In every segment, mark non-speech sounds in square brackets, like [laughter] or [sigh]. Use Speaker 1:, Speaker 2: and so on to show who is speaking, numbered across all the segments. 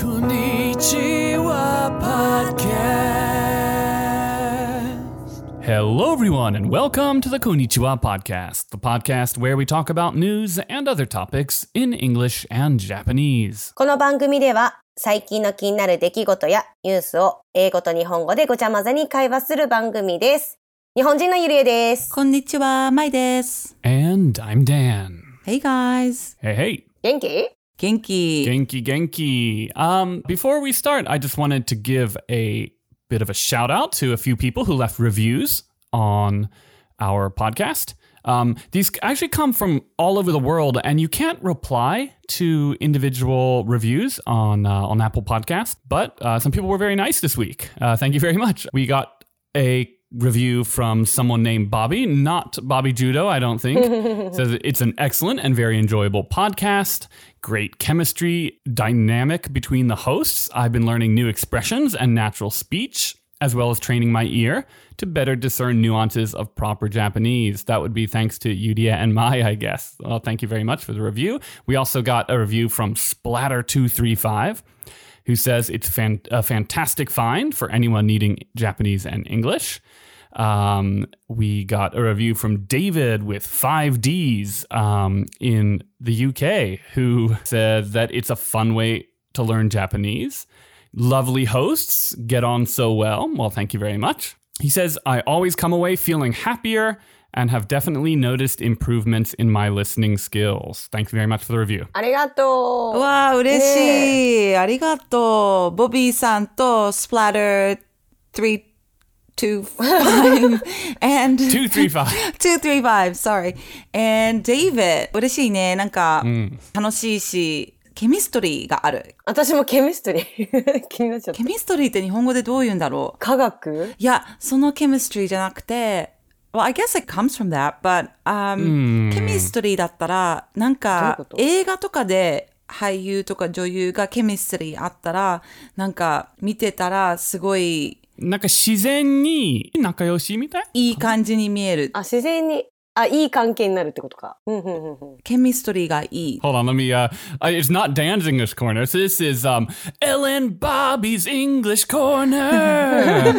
Speaker 1: こんにちは、podcast. Hello, everyone, and welcome to the Konnichiwa Podcast, the podcast where we talk about news and other topics in English and Japanese.
Speaker 2: この番組では最近の気になる出来事やニュースを英語と日本語でごちゃ混ぜに会話する番組です。日本人のゆりえです。
Speaker 3: こんにちは、まいです。
Speaker 1: And I'm Dan.
Speaker 3: Hey guys!
Speaker 1: Hey, hey.
Speaker 2: 元気
Speaker 3: 元気
Speaker 1: Genki Genki. Um, before we start, I just wanted to give a bit of a shout out to a few people who left reviews on our podcast. Um, these actually come from all over the world, and you can't reply to individual reviews on uh, on Apple Podcast. But uh, some people were very nice this week. Uh, thank you very much. We got a review from someone named Bobby, not Bobby Judo, I don't think. Says it's an excellent and very enjoyable podcast. Great chemistry, dynamic between the hosts. I've been learning new expressions and natural speech, as well as training my ear to better discern nuances of proper Japanese. That would be thanks to Yudia and Mai, I guess. Well, thank you very much for the review. We also got a review from Splatter235 who says it's fan- a fantastic find for anyone needing Japanese and English. Um, we got a review from David with five Ds um, in the UK, who said that it's a fun way to learn Japanese. Lovely hosts get on so well. Well, thank you very much. He says, I always come away feeling happier and have definitely noticed improvements in my listening skills. Thanks very much for the review.
Speaker 2: ありが
Speaker 3: う
Speaker 2: と
Speaker 3: わあ、嬉しい、ありがとうボビーさんとスプラッター325 [laughs] and
Speaker 1: Two, three, five.
Speaker 3: [laughs] 235 sorry and David 嬉しいね。なんか、楽しいし、ケミストリーがある
Speaker 2: う。。私もケミストリー [laughs] 気になっちゃった
Speaker 3: ケ。ミストリーって日本語でどう言うんだろう
Speaker 2: 科学
Speaker 3: いや、その chemistry じゃなくて、well, I guess it comes from that, but、um, chemistry だったら、なん
Speaker 2: どういう
Speaker 3: か
Speaker 2: こと
Speaker 3: 映画とかで俳優とか女優が chemistry あったら、なんか見てたらすごい
Speaker 1: なんか自然に仲良しみたい
Speaker 3: いい感じに見える。
Speaker 2: あ、自然に、あ、いい関係になるってことか。うんうんうんうん
Speaker 3: chemistry がいい。
Speaker 1: Hold on, let me. Uh, I- it's not Dan's English corner. So this is um, Ellen Bobby's English corner.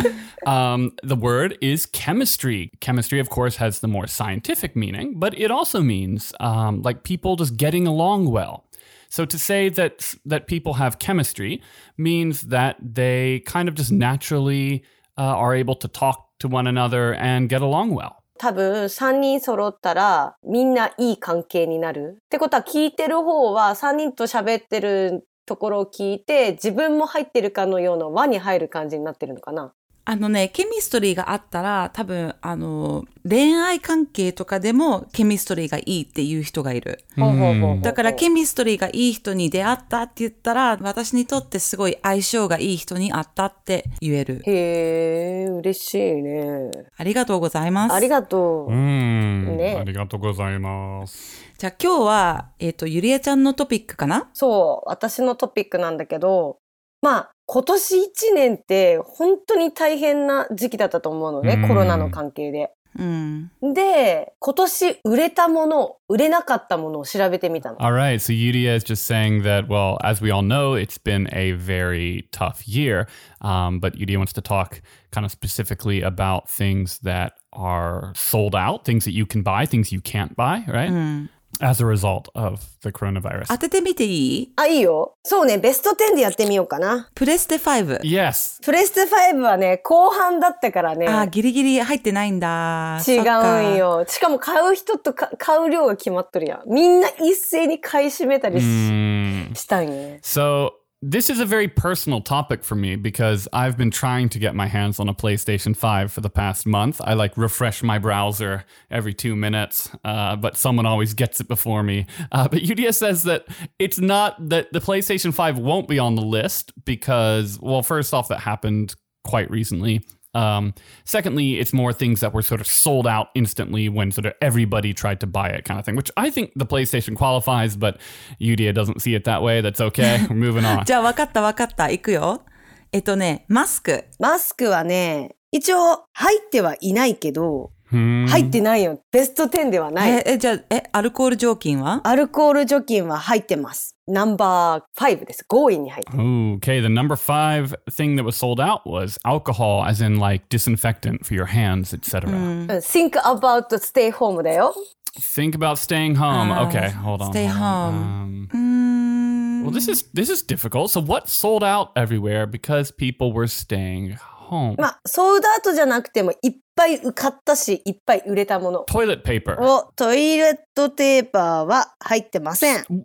Speaker 1: um, the word is chemistry. Chemistry, of course, has the more scientific meaning, but it also means um, like people just getting along well. So to say that that people have chemistry means that they kind of just naturally uh, are able to talk to one another and get along well.
Speaker 2: 多分3人揃ったらみんないい関係になる。ってことは聞いてる方は3人と喋ってるところを聞いて自分も入ってるかのような輪に入る感じになってるのかな。
Speaker 3: あのね、chemistry があったら、多分、あの、恋愛関係とかでも chemistry がいいっていう人がいる。
Speaker 2: ほうほうほう
Speaker 1: Hmm.
Speaker 2: ほう
Speaker 3: だから、ケミストリーがいい人に出会ったって言ったら、私にとってすごい相性がいい人に会ったって言える。
Speaker 2: へえ、嬉しいね。
Speaker 3: ありがとうございます。
Speaker 2: ありがとう。
Speaker 1: Hmm.
Speaker 2: ね。
Speaker 1: うん、ありがとうございます。
Speaker 3: じゃあ今日は、えっ、と、ゆりえちゃんのトピックかな
Speaker 2: そう、私のトピックなんだけど、まあ、今年1年って本当に大変な時期だったと思うの
Speaker 1: うん
Speaker 2: ね、コロナの関係で。
Speaker 3: うん。
Speaker 2: で、今年売れたもの、売れなかったものを調べてみたの。
Speaker 1: All right. So Yudia is just saying that, well, as we all know, it's been a very tough year. Um, but Yudia wants to talk kind of specifically about things that are sold out, things that you can buy, things you can't buy, right?
Speaker 3: Mm.
Speaker 1: As a result of the coronavirus.
Speaker 3: 当ててみていい
Speaker 2: あ、いいよ。そうね、ベスト10でやってみようかな。
Speaker 3: プレステ5。
Speaker 1: yes.
Speaker 2: プレステ5はね、後半だったからね。
Speaker 3: あー、ギリギリ入ってないんだ。
Speaker 2: 違
Speaker 3: そっか
Speaker 2: うん。よ。しかも買う人とか買う量が決まっとるやん。みんな一斉に買い占めたりし,、
Speaker 1: Mm.
Speaker 2: したんよね。
Speaker 1: So this is a very personal topic for me because I've been trying to get my hands on a PlayStation 5 for the past month. I like refresh my browser every two minutes, uh, but someone always gets it before me. Uh, but UDS says that it's not that the PlayStation 5 won't be on the list because, well, first off, that happened quite recently. Um, secondly, it's more things that were sort of sold out instantly when sort of everybody tried to buy it, kind of thing, which I think the PlayStation qualifies, but Udia doesn't see it that way. That's
Speaker 3: [laughs]
Speaker 1: okay. We're moving on.
Speaker 3: じゃあ分かった分かった。いくよ。えっとね、マスク。
Speaker 2: マスクはね、一応入ってはいないけど、
Speaker 1: Hmm. 入
Speaker 2: 入ってないよ。ベスト10ではない。
Speaker 3: え、え、じゃあ、え、アルコール除菌は
Speaker 2: アルコール除菌は入ってます。ナンバー5です。5位に入って
Speaker 1: Okay, the number five thing that was sold out was alcohol, as in like disinfectant for your hands, etc.
Speaker 3: うん
Speaker 2: うん Think about stay home だよ。
Speaker 1: Think about staying home.
Speaker 3: Ah,
Speaker 1: okay, hold on.
Speaker 3: stay
Speaker 1: hold on.
Speaker 3: home.
Speaker 1: Um,
Speaker 3: Hmm. うーん
Speaker 1: well, this is this is difficult. So what sold out everywhere because people were staying home?
Speaker 2: まあ、ソーダアートじゃなくても、いっぱい受かったし、いっぱい売れたもの。
Speaker 1: Toilet paper.
Speaker 2: お、トイレットペーパーは入ってません。
Speaker 1: [clears throat]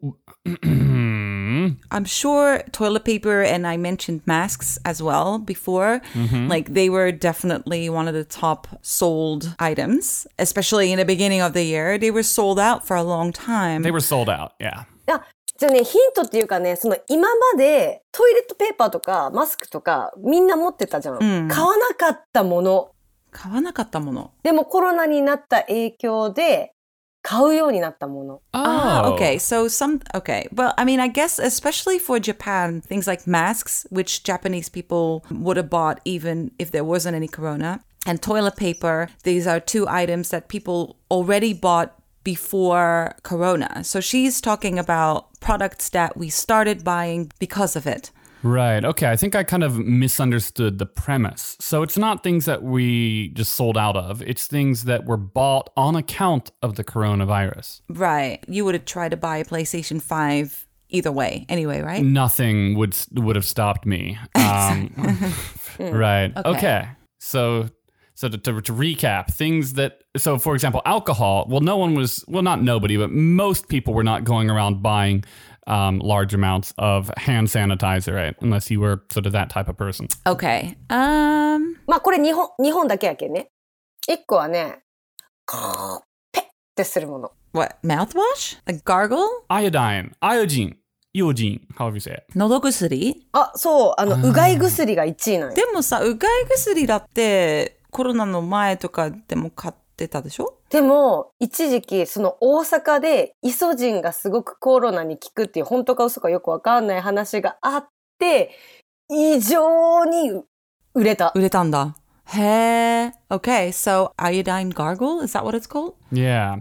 Speaker 1: Hmm.
Speaker 3: I'm sure toilet paper and I mentioned masks as well before.
Speaker 1: Mm-hmm.
Speaker 3: Like they were definitely one of the top sold items, especially in the beginning of the year. They were sold out for a long time.
Speaker 1: they were sold out. Yeah.
Speaker 2: あ、じゃあね、ヒントっていうかね、その今までトイレットペーパーとかマスクとかみんな持ってたじゃん。
Speaker 3: うん
Speaker 2: 買わなかったもの。
Speaker 3: 買わなかったもの。
Speaker 2: でもコロナになった影響で買うようになったもの。
Speaker 3: Ah,
Speaker 1: Oh.
Speaker 3: okay. So some okay. Well, I mean, I guess especially for Japan, things like masks, which Japanese people would have bought even if there wasn't any corona, and toilet paper, these are two items that people already bought before corona. So she's talking about products that we started buying because of it.
Speaker 1: Right. Okay. I think I kind of misunderstood the premise. So it's not things that we just sold out of, it's things that were bought on account of the coronavirus.
Speaker 3: Right. You would have tried to buy a PlayStation 5 either way, anyway, right?
Speaker 1: Mm. Nothing would would have stopped me. Um, [laughs] right. Okay. So so to, to, to recap, things that so for example, alcohol. Well, no one was well, not nobody, but most people were not going around buying um, large amounts of hand sanitizer, right? Unless you were sort of that type of person.
Speaker 3: Okay. Um
Speaker 2: まあこれ日本、日本だけやけんね。一個はね、カーペッってするもの。
Speaker 3: what? Mouthwash? A gargle?
Speaker 1: iodine, iodine, iodine, however you say it.
Speaker 3: 喉薬
Speaker 2: あ、そう、あの、うがい薬が1位なん
Speaker 3: で
Speaker 2: や。
Speaker 3: もさうがい薬だってコロナの前とかでも買ってたでしょ
Speaker 2: でも、一時期、その大阪でイソジンがすごくコロナに効くっていう、本当か嘘かよくわかんない話があって、異常に売れた。
Speaker 3: 売れたんだへえ Okay so iodine gargle is that what it's called?
Speaker 1: Yeah.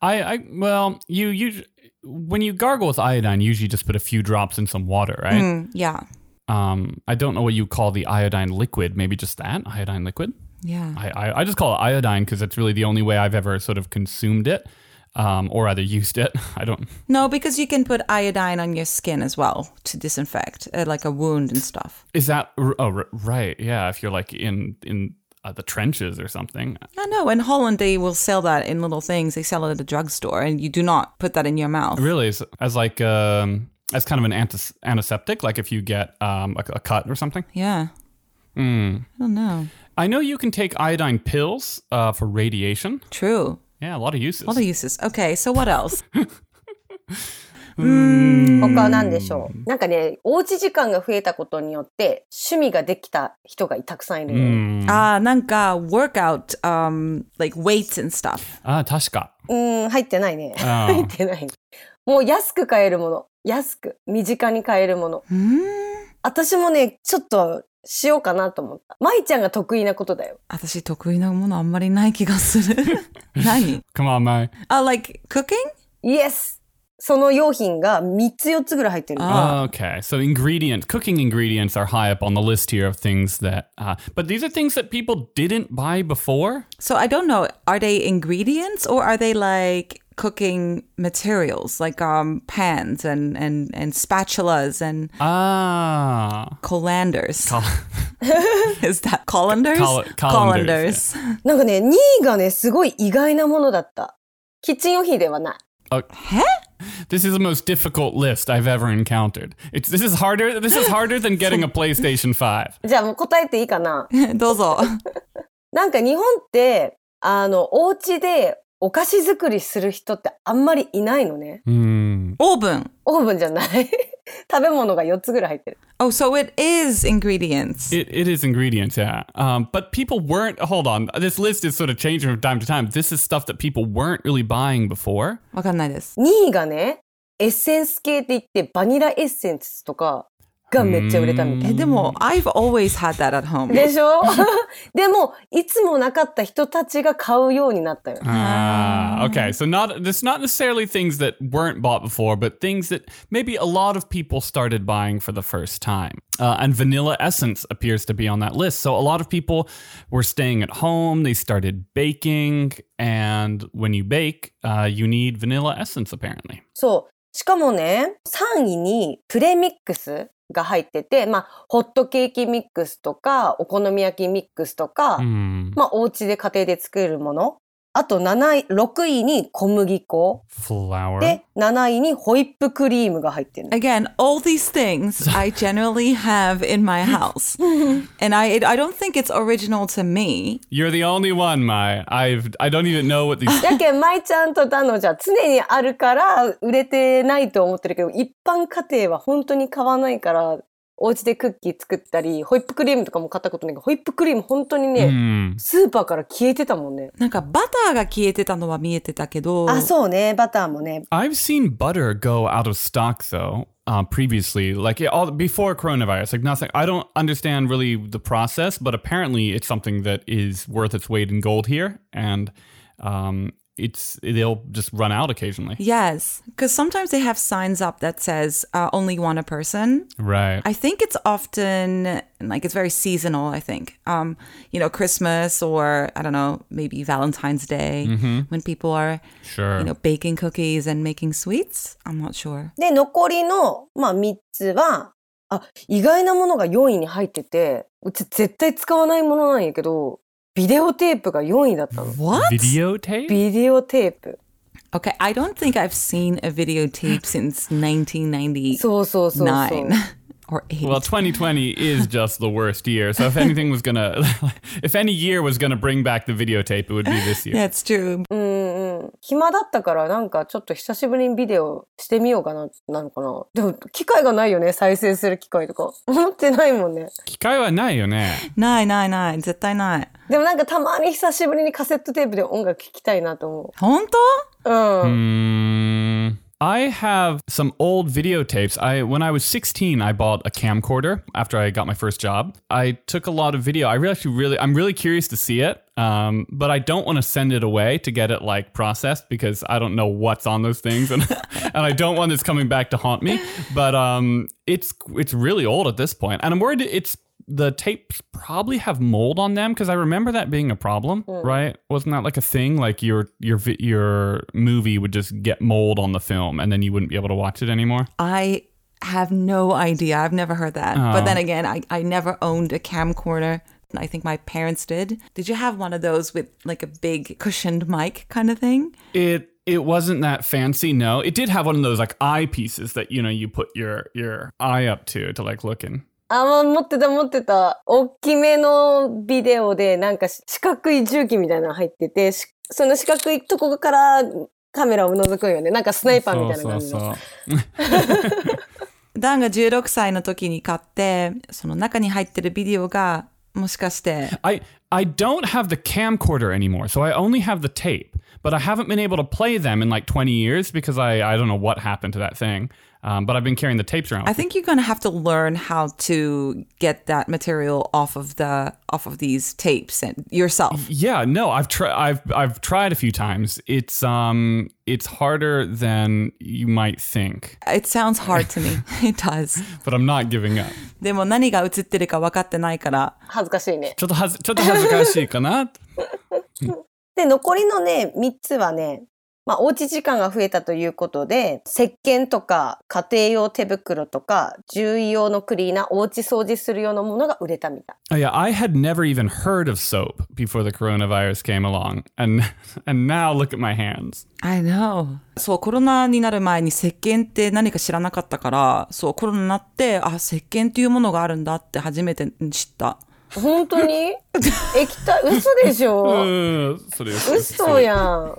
Speaker 1: I, I well, you you when you gargle with iodine, you usually just put a few drops in some water,
Speaker 3: う
Speaker 1: right?
Speaker 3: ん Hmm, Yeah
Speaker 1: Um, I don't know what you call the iodine liquid. Maybe just that iodine liquid.
Speaker 3: Yeah
Speaker 1: I I, I just call it iodine because that's really the only way I've ever sort of consumed it, um, or rather used it. [laughs] I don't.
Speaker 3: No because you can put iodine on your skin as well to disinfect uh, like a wound and stuff
Speaker 1: Is that r- oh r- right? Yeah, if you're like in in uh, the trenches or something.
Speaker 3: I know in Holland they will sell that in little things they sell it at a drugstore and you do not put that in your mouth
Speaker 1: Really, as, as like um, as kind of an antis- antiseptic, like if you get um, a, a cut or something.
Speaker 3: Yeah
Speaker 1: Hmm.
Speaker 3: I don't know
Speaker 1: I know you can take iodine pills uh, for radiation.
Speaker 3: True
Speaker 1: Yeah, a lot of uses.
Speaker 3: What are uses? Okay so what else?
Speaker 2: 他は何でしょうなんかね、おうち時間が増えたことによって、趣味ができた人がたくさんいるのよ。
Speaker 1: Mm. Mm-hmm. uh,
Speaker 3: Ah, なんか workout, um, like weights and stuff.
Speaker 1: Ah, tashka. Oh,
Speaker 2: うーん、入ってないね。
Speaker 1: あー
Speaker 2: [laughs] 入ってない。もう安く買えるもの。安く、身近に買えるもの。
Speaker 1: Hmm?
Speaker 2: 私もね、ちょっとしようかなと思った。舞ちゃんが得意なことだよ。
Speaker 1: [laughs]
Speaker 3: 私得意なものあんまりない気がする。何
Speaker 1: [laughs] Come on, Mai.
Speaker 3: Uh, like cooking?
Speaker 2: イエスその用品が3つ4つぐらい入ってる。
Speaker 3: あ Ah.
Speaker 1: Okay, so ingredients, cooking ingredients are high up on the list here of things that, uh, but these are things that people didn't buy before.
Speaker 3: So I don't know. Are they ingredients or are they like cooking materials like um pans and and and spatulas and
Speaker 1: Ah,
Speaker 3: colanders?
Speaker 1: col-
Speaker 3: [laughs] Is that colanders?
Speaker 1: Col- colanders,
Speaker 3: Colanders.
Speaker 2: なんかね、2位がね、すごい意外なものだった。キッチン用品ではない。
Speaker 1: this is the most difficult list I've ever encountered. It's this is harder. This is harder than getting a PlayStation Five.
Speaker 2: じゃあもう答えていいかな
Speaker 3: [laughs] どうぞ。
Speaker 2: なんか日本って、あの、お家でお菓子作りする人ってあんまりいないのね。
Speaker 1: Hmm.
Speaker 3: Oven.
Speaker 2: オーブンじゃない [laughs] 食べ物が4つぐらい入ってる。
Speaker 3: Oh, so it is ingredients.
Speaker 1: It, it is ingredients, yeah. Um, but people weren't. Hold on, this list is sort of changing from time to time. This is stuff that people weren't really buying before.
Speaker 3: わかんないです。
Speaker 2: 2位がね、エッセンス系って言って、バニラエッセンスとか、がめっちゃ売れたみたい。
Speaker 3: え、でも、I've Eh, always had that at home.
Speaker 2: でしょ [laughs] でも、いつもなかった人たちが買うようになったよ。
Speaker 1: Ah, okay. So not it's not necessarily things that weren't bought before, but things that maybe a lot of people started buying for the first time. Uh, and vanilla essence appears to be on that list. So a lot of people were staying at home. They started baking, and when you bake, uh, you need vanilla essence apparently.
Speaker 2: そう。しかもね、3位にプレミックスが入ってて、まあ、ホットケーキミックスとか、お好み焼きミックスとか、
Speaker 1: Hmm.
Speaker 2: まあ、お家で家庭で作るもの。あと、7位、6位に小麦粉。
Speaker 1: Flour.
Speaker 2: で、7位にホイップクリームが入ってる。
Speaker 3: Again, all these things
Speaker 2: [laughs]
Speaker 3: I generally have in my house. and I, it, I don't think it's original to me.
Speaker 1: You're the only one, Mai. I've I don't even know what
Speaker 2: [laughs]
Speaker 1: these
Speaker 2: やけん、舞ちゃんとダノじゃ常にあるから売れてないと思ってるけど、一般家庭は本当に買わないから、お家でクッキー作ったり、ホイップクリームとかも買ったことないけど、ホイップクリーム本当にね、
Speaker 1: Hmm.
Speaker 2: スーパーから消えてたもんね。
Speaker 3: なんかバターが消えてたのは見えてたけど、
Speaker 2: あ、そうね、バターもね。
Speaker 1: I've seen butter go out of stock though. Uh, previously, like it, all before coronavirus, like nothing. I don't understand really the process, but apparently it's something that is worth its weight in gold here, and um, it's they'll just run out occasionally.
Speaker 3: Yes, because sometimes they have signs up that says uh, only one a person.
Speaker 1: Right.
Speaker 3: I think it's often like it's very seasonal. I think, um, you know, Christmas or I don't know, maybe Valentine's Day
Speaker 2: Mm-hmm.
Speaker 3: when people are,
Speaker 1: sure.
Speaker 3: you know, baking cookies and making sweets. I'm not sure.
Speaker 2: で、残りの、まあ3つは、あ、意外なものが4位に入ってて、うち絶対使わないものなんやけど、ビデオテープが4位だったの。
Speaker 3: What?
Speaker 1: Videotape.
Speaker 2: ビデオテープ。
Speaker 3: Okay, I don't think I've seen a videotape since 1999
Speaker 2: そうそうそうそう。
Speaker 3: or eight.
Speaker 1: Well, 2020 is just the worst year. So if anything was gonna, [laughs] if any year was gonna bring back the videotape, it would be this year.
Speaker 3: That's true.
Speaker 2: うんうん、暇だったからなんかちょっと久しぶりにビデオしてみようかななのかなでも機会がないよね再生する機会とか [laughs] 持ってないもんね
Speaker 1: 機会はないよね。
Speaker 3: Nine, nine, nine. 絶対ない。
Speaker 2: でもなんかたまに久しぶりにカセットテープで音楽聴きたいなと思
Speaker 3: 本当？
Speaker 2: ううん、
Speaker 1: Mm, I have some old videotapes. I when I was 16, I bought a camcorder after I got my first job. I took a lot of video. I really, actually really, I'm really curious to see it. Um, but I don't want to send it away to get it like processed because I don't know what's on those things, and [laughs] and I don't want this coming back to haunt me. But um, it's it's really old at this point, and I'm worried it's the tapes probably have mold on them because I remember that being a problem, right? Wasn't that like a thing? Like your your vi- your movie would just get mold on the film, and then you wouldn't be able to watch it anymore.
Speaker 3: I have no idea. I've never heard that. But then again, I, I never owned a camcorder. I think my parents did. Did you have one of those with like a big cushioned mic kind of thing?
Speaker 1: It it wasn't that fancy. No, it did have one of those like eye pieces that you know you put your your eye up to to like look in.
Speaker 2: あまあ持ってた持ってた大きめのビデオでなんかし四角い重機みたいなの入っててしその四角いとこからカメラを覗くんよねなんかスナイパ
Speaker 1: Oh,
Speaker 2: ーみたいな感じの
Speaker 1: So-so-so.
Speaker 3: ダンが16歳の時に買って、その中に入ってるビデオがもしかして、
Speaker 1: I I don't have the camcorder anymore, so I only have the tape. But I haven't been able to play them in like 20 years because I I don't know what happened to that thing. Um, but I've been carrying the tapes around.
Speaker 3: I think you're gonna have to learn how to get that material off of the off of these tapes and yourself.
Speaker 1: yeah, no, I've tried. I've I've tried a few times. It's um, it's harder than you might think.
Speaker 3: It sounds hard to [laughs] me. It does.
Speaker 1: But I'm not giving up.
Speaker 3: でも何が映ってるか分かってないから、
Speaker 2: 恥ずかしいね
Speaker 1: ちょっと恥ず,ちょっと恥ずかしいかな。
Speaker 2: で、残りのね、3つはね、まあ、おうち時間が増えたということで、石鹸とか、家庭用手袋とか、獣医用のクリーナー、おうち掃除する用のものが売れたみた
Speaker 1: Oh
Speaker 2: い。
Speaker 1: yeah, I had never even heard of soap before the coronavirus came along, and and now look at my hands.
Speaker 3: I know. そう、コロナになる前に石鹸って何か知らなかったから、そう、コロナになって、あ、石鹸っていうものがあるんだって初めて知った。
Speaker 2: 本当に液体、嘘でしょ
Speaker 1: Uh, それです。
Speaker 2: 嘘やん。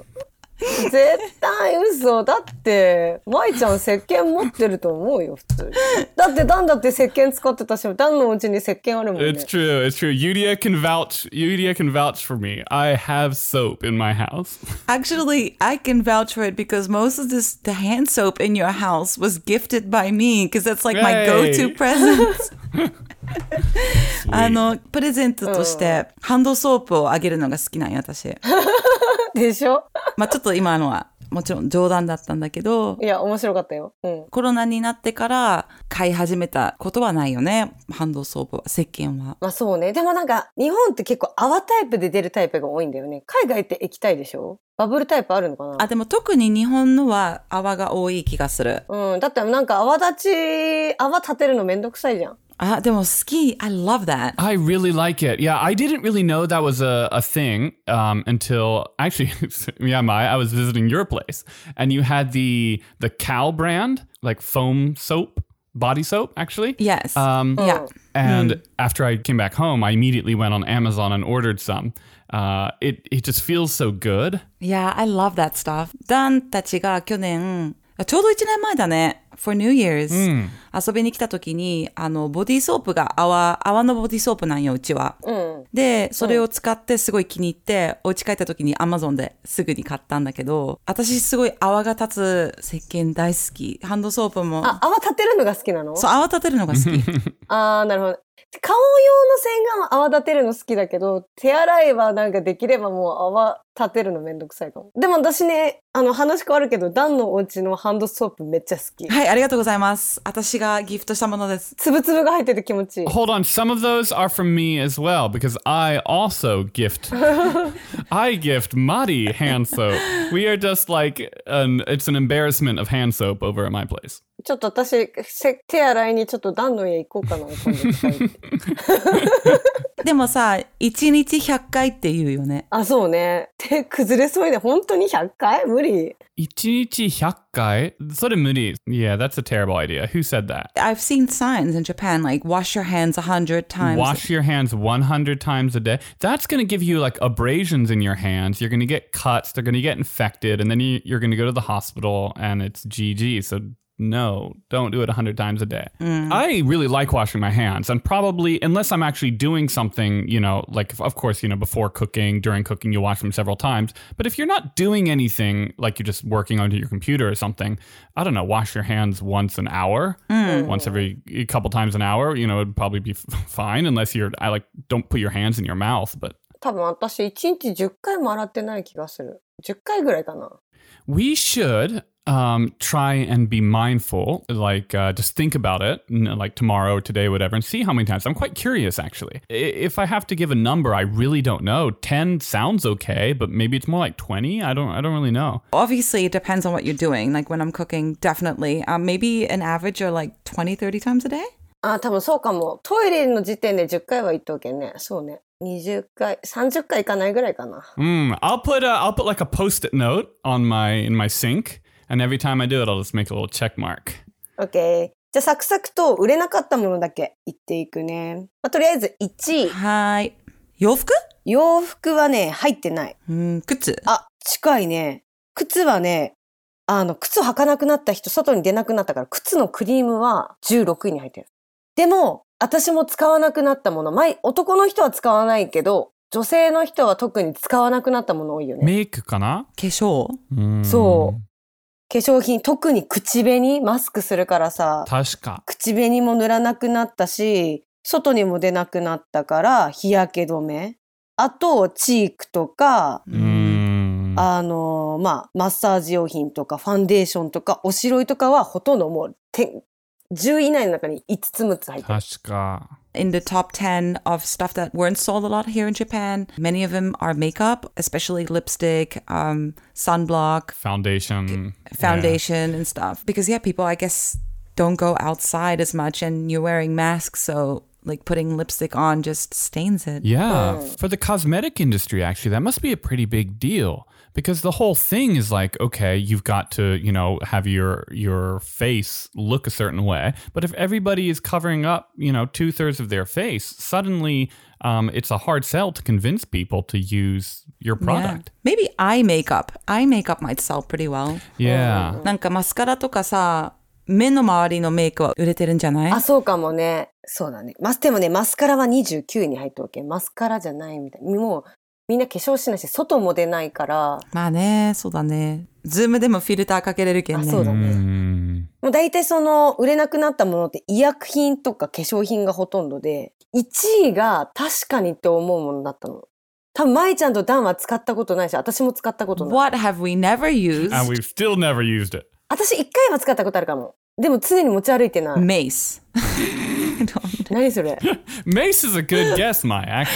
Speaker 2: 絶対嘘だって舞ちゃん石鹸持ってると思うよ普通にだってダンだって石鹸使ってたしダンのうちに石鹸あるもんね
Speaker 1: It's true. It's true. Yudia can vouch. Yudia can vouch for me. I have soap in my house. [laughs]
Speaker 3: Actually, I can vouch for it because most of this the hand soap in your house was gifted by me because that's like
Speaker 1: Yay.
Speaker 3: my go-to present. あのプレゼントとしてハンドソープをあげるのが好きなんよ私。
Speaker 2: でしょ
Speaker 3: まあちょっと今のはもちろん冗談だったんだけど
Speaker 2: いや面白かったようん
Speaker 3: コロナになってから買い始めたことはないよねハンドソープは石鹸は。
Speaker 2: まあそうねでもなんか日本って結構泡タイプで出るタイプが多いんだよね海外って液体でしょバブルタイプあるのかな
Speaker 3: あでも特に日本のは泡が多い気がする。
Speaker 2: うん、だってなんか泡立ち泡立てるのめんどくさいじゃん
Speaker 3: あでも好き I love that。
Speaker 1: I really like it. Yeah, I didn't really know that was a, a thing um, until actually, [laughs] yeah, my I was visiting your place, and you had the the cow brand like foam soap, body soap, actually.
Speaker 3: Yes. Oh.
Speaker 1: Um,
Speaker 3: yeah.
Speaker 1: And after I came back home, I immediately went on Amazon and ordered some. Uh, it it just feels so good.
Speaker 3: Yeah, I love that stuff. ダンたちが去年、あちょうど1年前だね。For New Year's、遊びに来た時に、あの、ボディーソープが泡、泡のボディーソープなんよ、うちは。で、それを使ってすごい気に入って、お家帰った時に Amazon ですぐに買ったんだけど、私すごい泡が立つ石鹸大好き。ハンドソープも、
Speaker 2: あ泡立てるのが好きなの
Speaker 3: そう、泡立てるのが好き。
Speaker 2: あーなるほど顔用の洗顔は泡立てるの好きだけど手洗いはなんかできればもう泡立てるのめんどくさいかもでも私ねあの話変わるけどダンのお家のハンドソープめっちゃ好き
Speaker 3: はい、ありがとうございます。私がギフトしたものです。
Speaker 2: つぶつぶが入ってて気持ちいい
Speaker 1: Hold on, some of those are from me as well because I also gift. I gift Mari hand soap. We are just like an. It's an embarrassment of hand soap over at my place.
Speaker 2: ちょっと私せ手洗いにちょっとダンの家行こうかな今度一回
Speaker 3: でもさ、1日100回って言うよね。
Speaker 2: あそうね手崩れそうで本当に100回無理
Speaker 1: 一日百回？それ無理。Yeah, that's a terrible idea. Who said that?
Speaker 3: I've seen signs in Japan like wash your hands a hundred times.
Speaker 1: Wash your hands 100 times a day. That's going to give you like abrasions in your hands. You're going to get cuts. They're going to get infected. And then you, you're going to go to the hospital and it's GG. So, no, don't do it 100 times a day. I really like washing my hands. And probably, unless I'm actually doing something, you know, like of course, you know, before cooking, during cooking, you wash them several times. But if you're not doing anything, like you're just working onto your computer or something, I don't know, wash your hands once an hour, once every a couple times an hour. You know, it'd probably be [laughs] f- fine unless you're. I like don't put your hands in your mouth, but.
Speaker 2: 多分私1日10回も洗ってない気がする10回ぐらいかな
Speaker 1: We should um, try and be mindful, like uh, just think about it, n- like tomorrow, today, whatever, and see how many times. I'm quite curious, actually. I- If I have to give a number, I really don't know. Ten sounds okay, but maybe it's more like twenty. I don't. I don't really know.
Speaker 3: Obviously, it depends on what you're doing. Like when I'm cooking, definitely. Um, maybe an average or like 20, 30 times a day.
Speaker 2: あ多分そうかもトイレの時点で10回は行ったわけねそうね20回30回いかないぐらいかな
Speaker 1: Mm, I'll put a, I'll put like a post-it note on my in my sink, and every time I do it, I'll just make a little check mark.
Speaker 2: OK じゃあサクサクと売れなかったものだけ言っていくね、まあ、とりあえず1位
Speaker 3: はい。洋服
Speaker 2: 洋服はね入ってない
Speaker 3: うん、靴
Speaker 2: あ近いね靴はねあの靴履かなくなった人外に出なくなったから靴のクリームは16位に入ってるでも私も使わなくなったもの前男の人は使わないけど女性の人は特に使わなくなったもの多いよね
Speaker 1: Make かな？
Speaker 3: 化粧
Speaker 1: Mm.
Speaker 2: そう。化粧品、特に口紅、マスクするからさ、
Speaker 1: 確か。
Speaker 2: 口紅も塗らなくなったし、外にも出なくなったから、日焼け止め。あと、チークとか、
Speaker 1: Mm.
Speaker 2: あのーまあ、マッサージ用品とか、ファンデーションとか、おしろいとかはほとんどもう、て10以内の中に5つ6つ入ってる。
Speaker 1: 確か。
Speaker 3: in the top 10 of stuff that weren't sold a lot here in Japan. Many of them are makeup, especially lipstick, um, sunblock,
Speaker 1: Foundation. Yeah.
Speaker 3: foundation, and stuff. Because, yeah, people, I guess, don't go outside as much and you're wearing masks. So, like, putting lipstick on just stains it.
Speaker 1: Yeah, for the cosmetic industry, actually, that must be a pretty big deal because the whole thing is like okay you've got to you know have your your face look a certain way but if everybody is covering up you know two-thirds of their face suddenly um, it's a hard sell to convince people to use your product
Speaker 3: Maybe eye makeup. Eye makeup might sell pretty well.
Speaker 1: yeah,
Speaker 3: なんかマスカラとかさ、目の周りのメイクは売れてるんじゃない
Speaker 2: あ、そうかもね。そうだね。マス、でもね、マスカラは29位に入ったわけ。マスカラじゃないみたい。もう、みんな化粧しないし、外も出ないから、
Speaker 3: まあね、そうだね。ズームでもフィルターかけれるけん
Speaker 2: あ、
Speaker 3: ね。
Speaker 2: そうだね。
Speaker 1: Mm.
Speaker 2: もう大体その売れなくなったものって医薬品とか化粧品がほとんどで、1位が確かにって思うものだったの。多分、舞ちゃんとダンは使ったことないし、私も使ったことない。
Speaker 3: What have we never used?
Speaker 1: and we've still never used it
Speaker 2: 私1回は使ったことあるかも。でも常に持ち歩いてない。
Speaker 3: Mace. [laughs] I don't-
Speaker 2: 何それ
Speaker 1: mace is a good guess my actually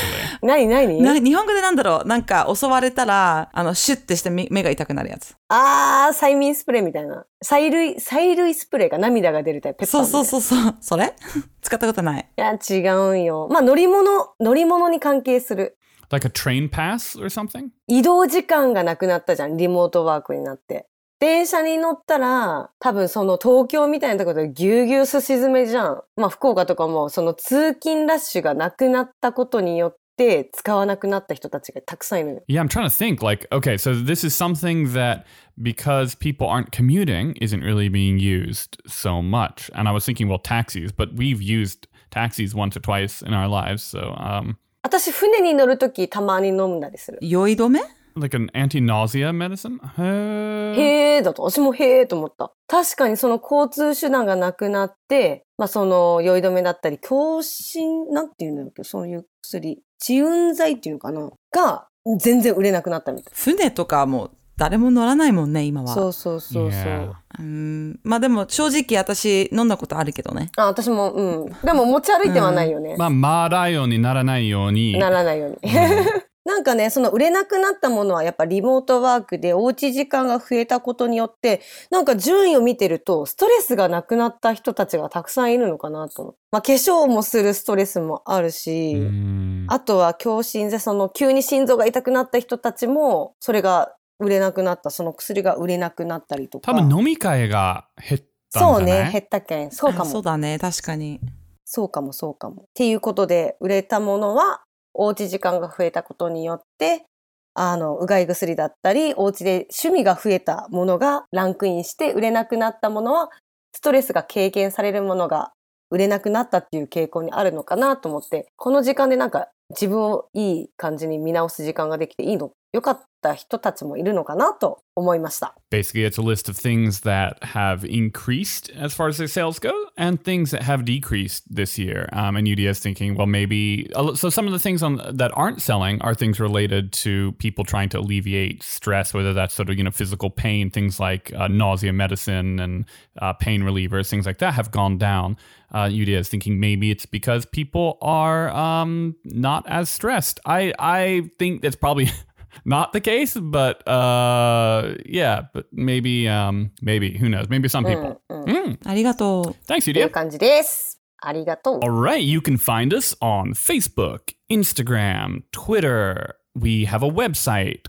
Speaker 2: 何何
Speaker 3: な日本語でなんだろうなんか襲われたら、あの、シュッてして目目が痛くなるやつ。
Speaker 2: あー、催眠スプレーみたいな。催涙、催涙スプレーが涙が出るタイプ。ペッパー
Speaker 3: そう
Speaker 2: みたい
Speaker 3: そ
Speaker 2: な
Speaker 3: うそうそう。それ使ったことない。
Speaker 2: いや、違うんよ。まあ、乗り物、乗り物に関係する。
Speaker 1: like a train pass or something
Speaker 2: 移動時間がなくなったじゃん。リモートワークになって。電車に乗ったら、多分その東京みたいなところでぎゅうぎゅうすし詰めじゃん。まあ、福岡とかも、その通勤ラッシュがなくなったことによって、使わなくなった人たちがたくさんいるのよ。
Speaker 1: Yeah, I'm trying to think. Like, okay, so this is something that because people aren't commuting isn't really being used so much. And I was thinking, well, taxis, but we've used taxis once or twice in our lives. So, um,
Speaker 2: 私、船に乗るとき、たまに飲んだりする。
Speaker 3: 酔い止め
Speaker 1: like an anti nausea medicine? Uh,
Speaker 2: へえだと、私もへえと思った。確かにその交通手段がなくなって、まあその酔い止めだったり、強心、なんていうんだろうけど、そういう薬、治運剤っていうかな、が全然売れなくなったみたい。
Speaker 3: 船とかもう誰も乗らないもんね、今は。
Speaker 2: そうそうそうそう。
Speaker 1: Yeah.
Speaker 3: うん。まあでも正直私飲んだことあるけどね。
Speaker 2: あ、私も、うん。でも持ち歩いてはないよね。
Speaker 1: まあ、マーライオンにならないように。
Speaker 2: ならないように。
Speaker 1: Mm.
Speaker 2: なんかね、その売れなくなったものはやっぱリモートワークでおうち時間が増えたことによって、なんか順位を見てるとストレスがなくなった人たちがたくさんいるのかなと思う。まあ化粧もするストレスもあるし、
Speaker 1: Mm.
Speaker 2: あとは強心でその急に心臓が痛くなった人たちも、それが売れなくなった、その薬が売れなくなったりとか。
Speaker 1: 多分飲み会が減ったんじゃない？
Speaker 2: そうね、減ったけん。そうかも。
Speaker 3: あそうだね、確かに。
Speaker 2: そうかもそうかも。っていうことで売れたものはおうち時間が増えたことによってあのうがい薬だったりおうちで趣味が増えたものがランクインして売れなくなったものはストレスが軽減されるものが売れなくなったっていう傾向にあるのかなと思ってこの時間でなんか自分をいい感じに見直す時間ができていいの良かった人たちもいるのかなと思いました。
Speaker 1: Basically, it's a list of things that have increased as far as their sales go and things that have decreased this year. Um, and UDS thinking, well, maybe. So, some of the things on, that aren't selling are things related to people trying to alleviate stress, whether that's sort of, you know, physical pain, things like uh, nausea medicine and uh, pain relievers, things like that have gone down. Uh, UDS thinking maybe it's because people are um, not as stressed. I, I think that's probably. [laughs] not the case, but uh, yeah, but maybe, um, maybe who knows? Maybe some
Speaker 2: うん
Speaker 1: people.
Speaker 2: うん、っ
Speaker 1: Mm,
Speaker 3: ありがと
Speaker 1: thanks, you
Speaker 2: ていう
Speaker 1: dear.
Speaker 2: 感じです。ありがとう。
Speaker 1: All right, you can find us on Facebook, Instagram, Twitter. We have a website,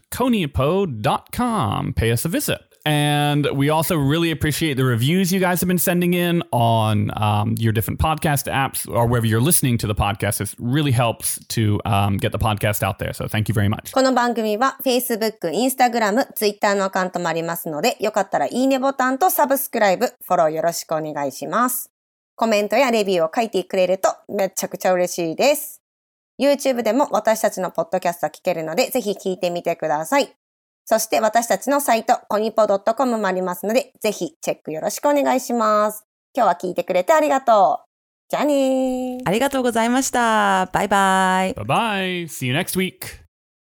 Speaker 1: koniapo.com. Pay us a visit. And we also really appreciate the reviews you guys have been sending in on um, your different podcast apps or wherever you're listening to the podcast. This really helps to um, get the podcast out there. So thank you very much.
Speaker 2: この番組は Facebook、Instagram、Twitter のアカウントもありますので、よかったらいいねボタンとサブスクライブ、フォローよろしくお願いします。コメントやレビューを書いてくれるとめちゃくちゃ嬉しいです。YouTube でも私たちのポッドキャスト聞けるので、ぜひ聞いてみてください。そして私たちのサイト、コニポ .com もありますので、ぜひチェックよろしくお願いします。今日は聞いてくれてありがとう。じゃあねー
Speaker 3: う。あ。りがとうございました。バイバイ。
Speaker 1: Bye bye. See you next week.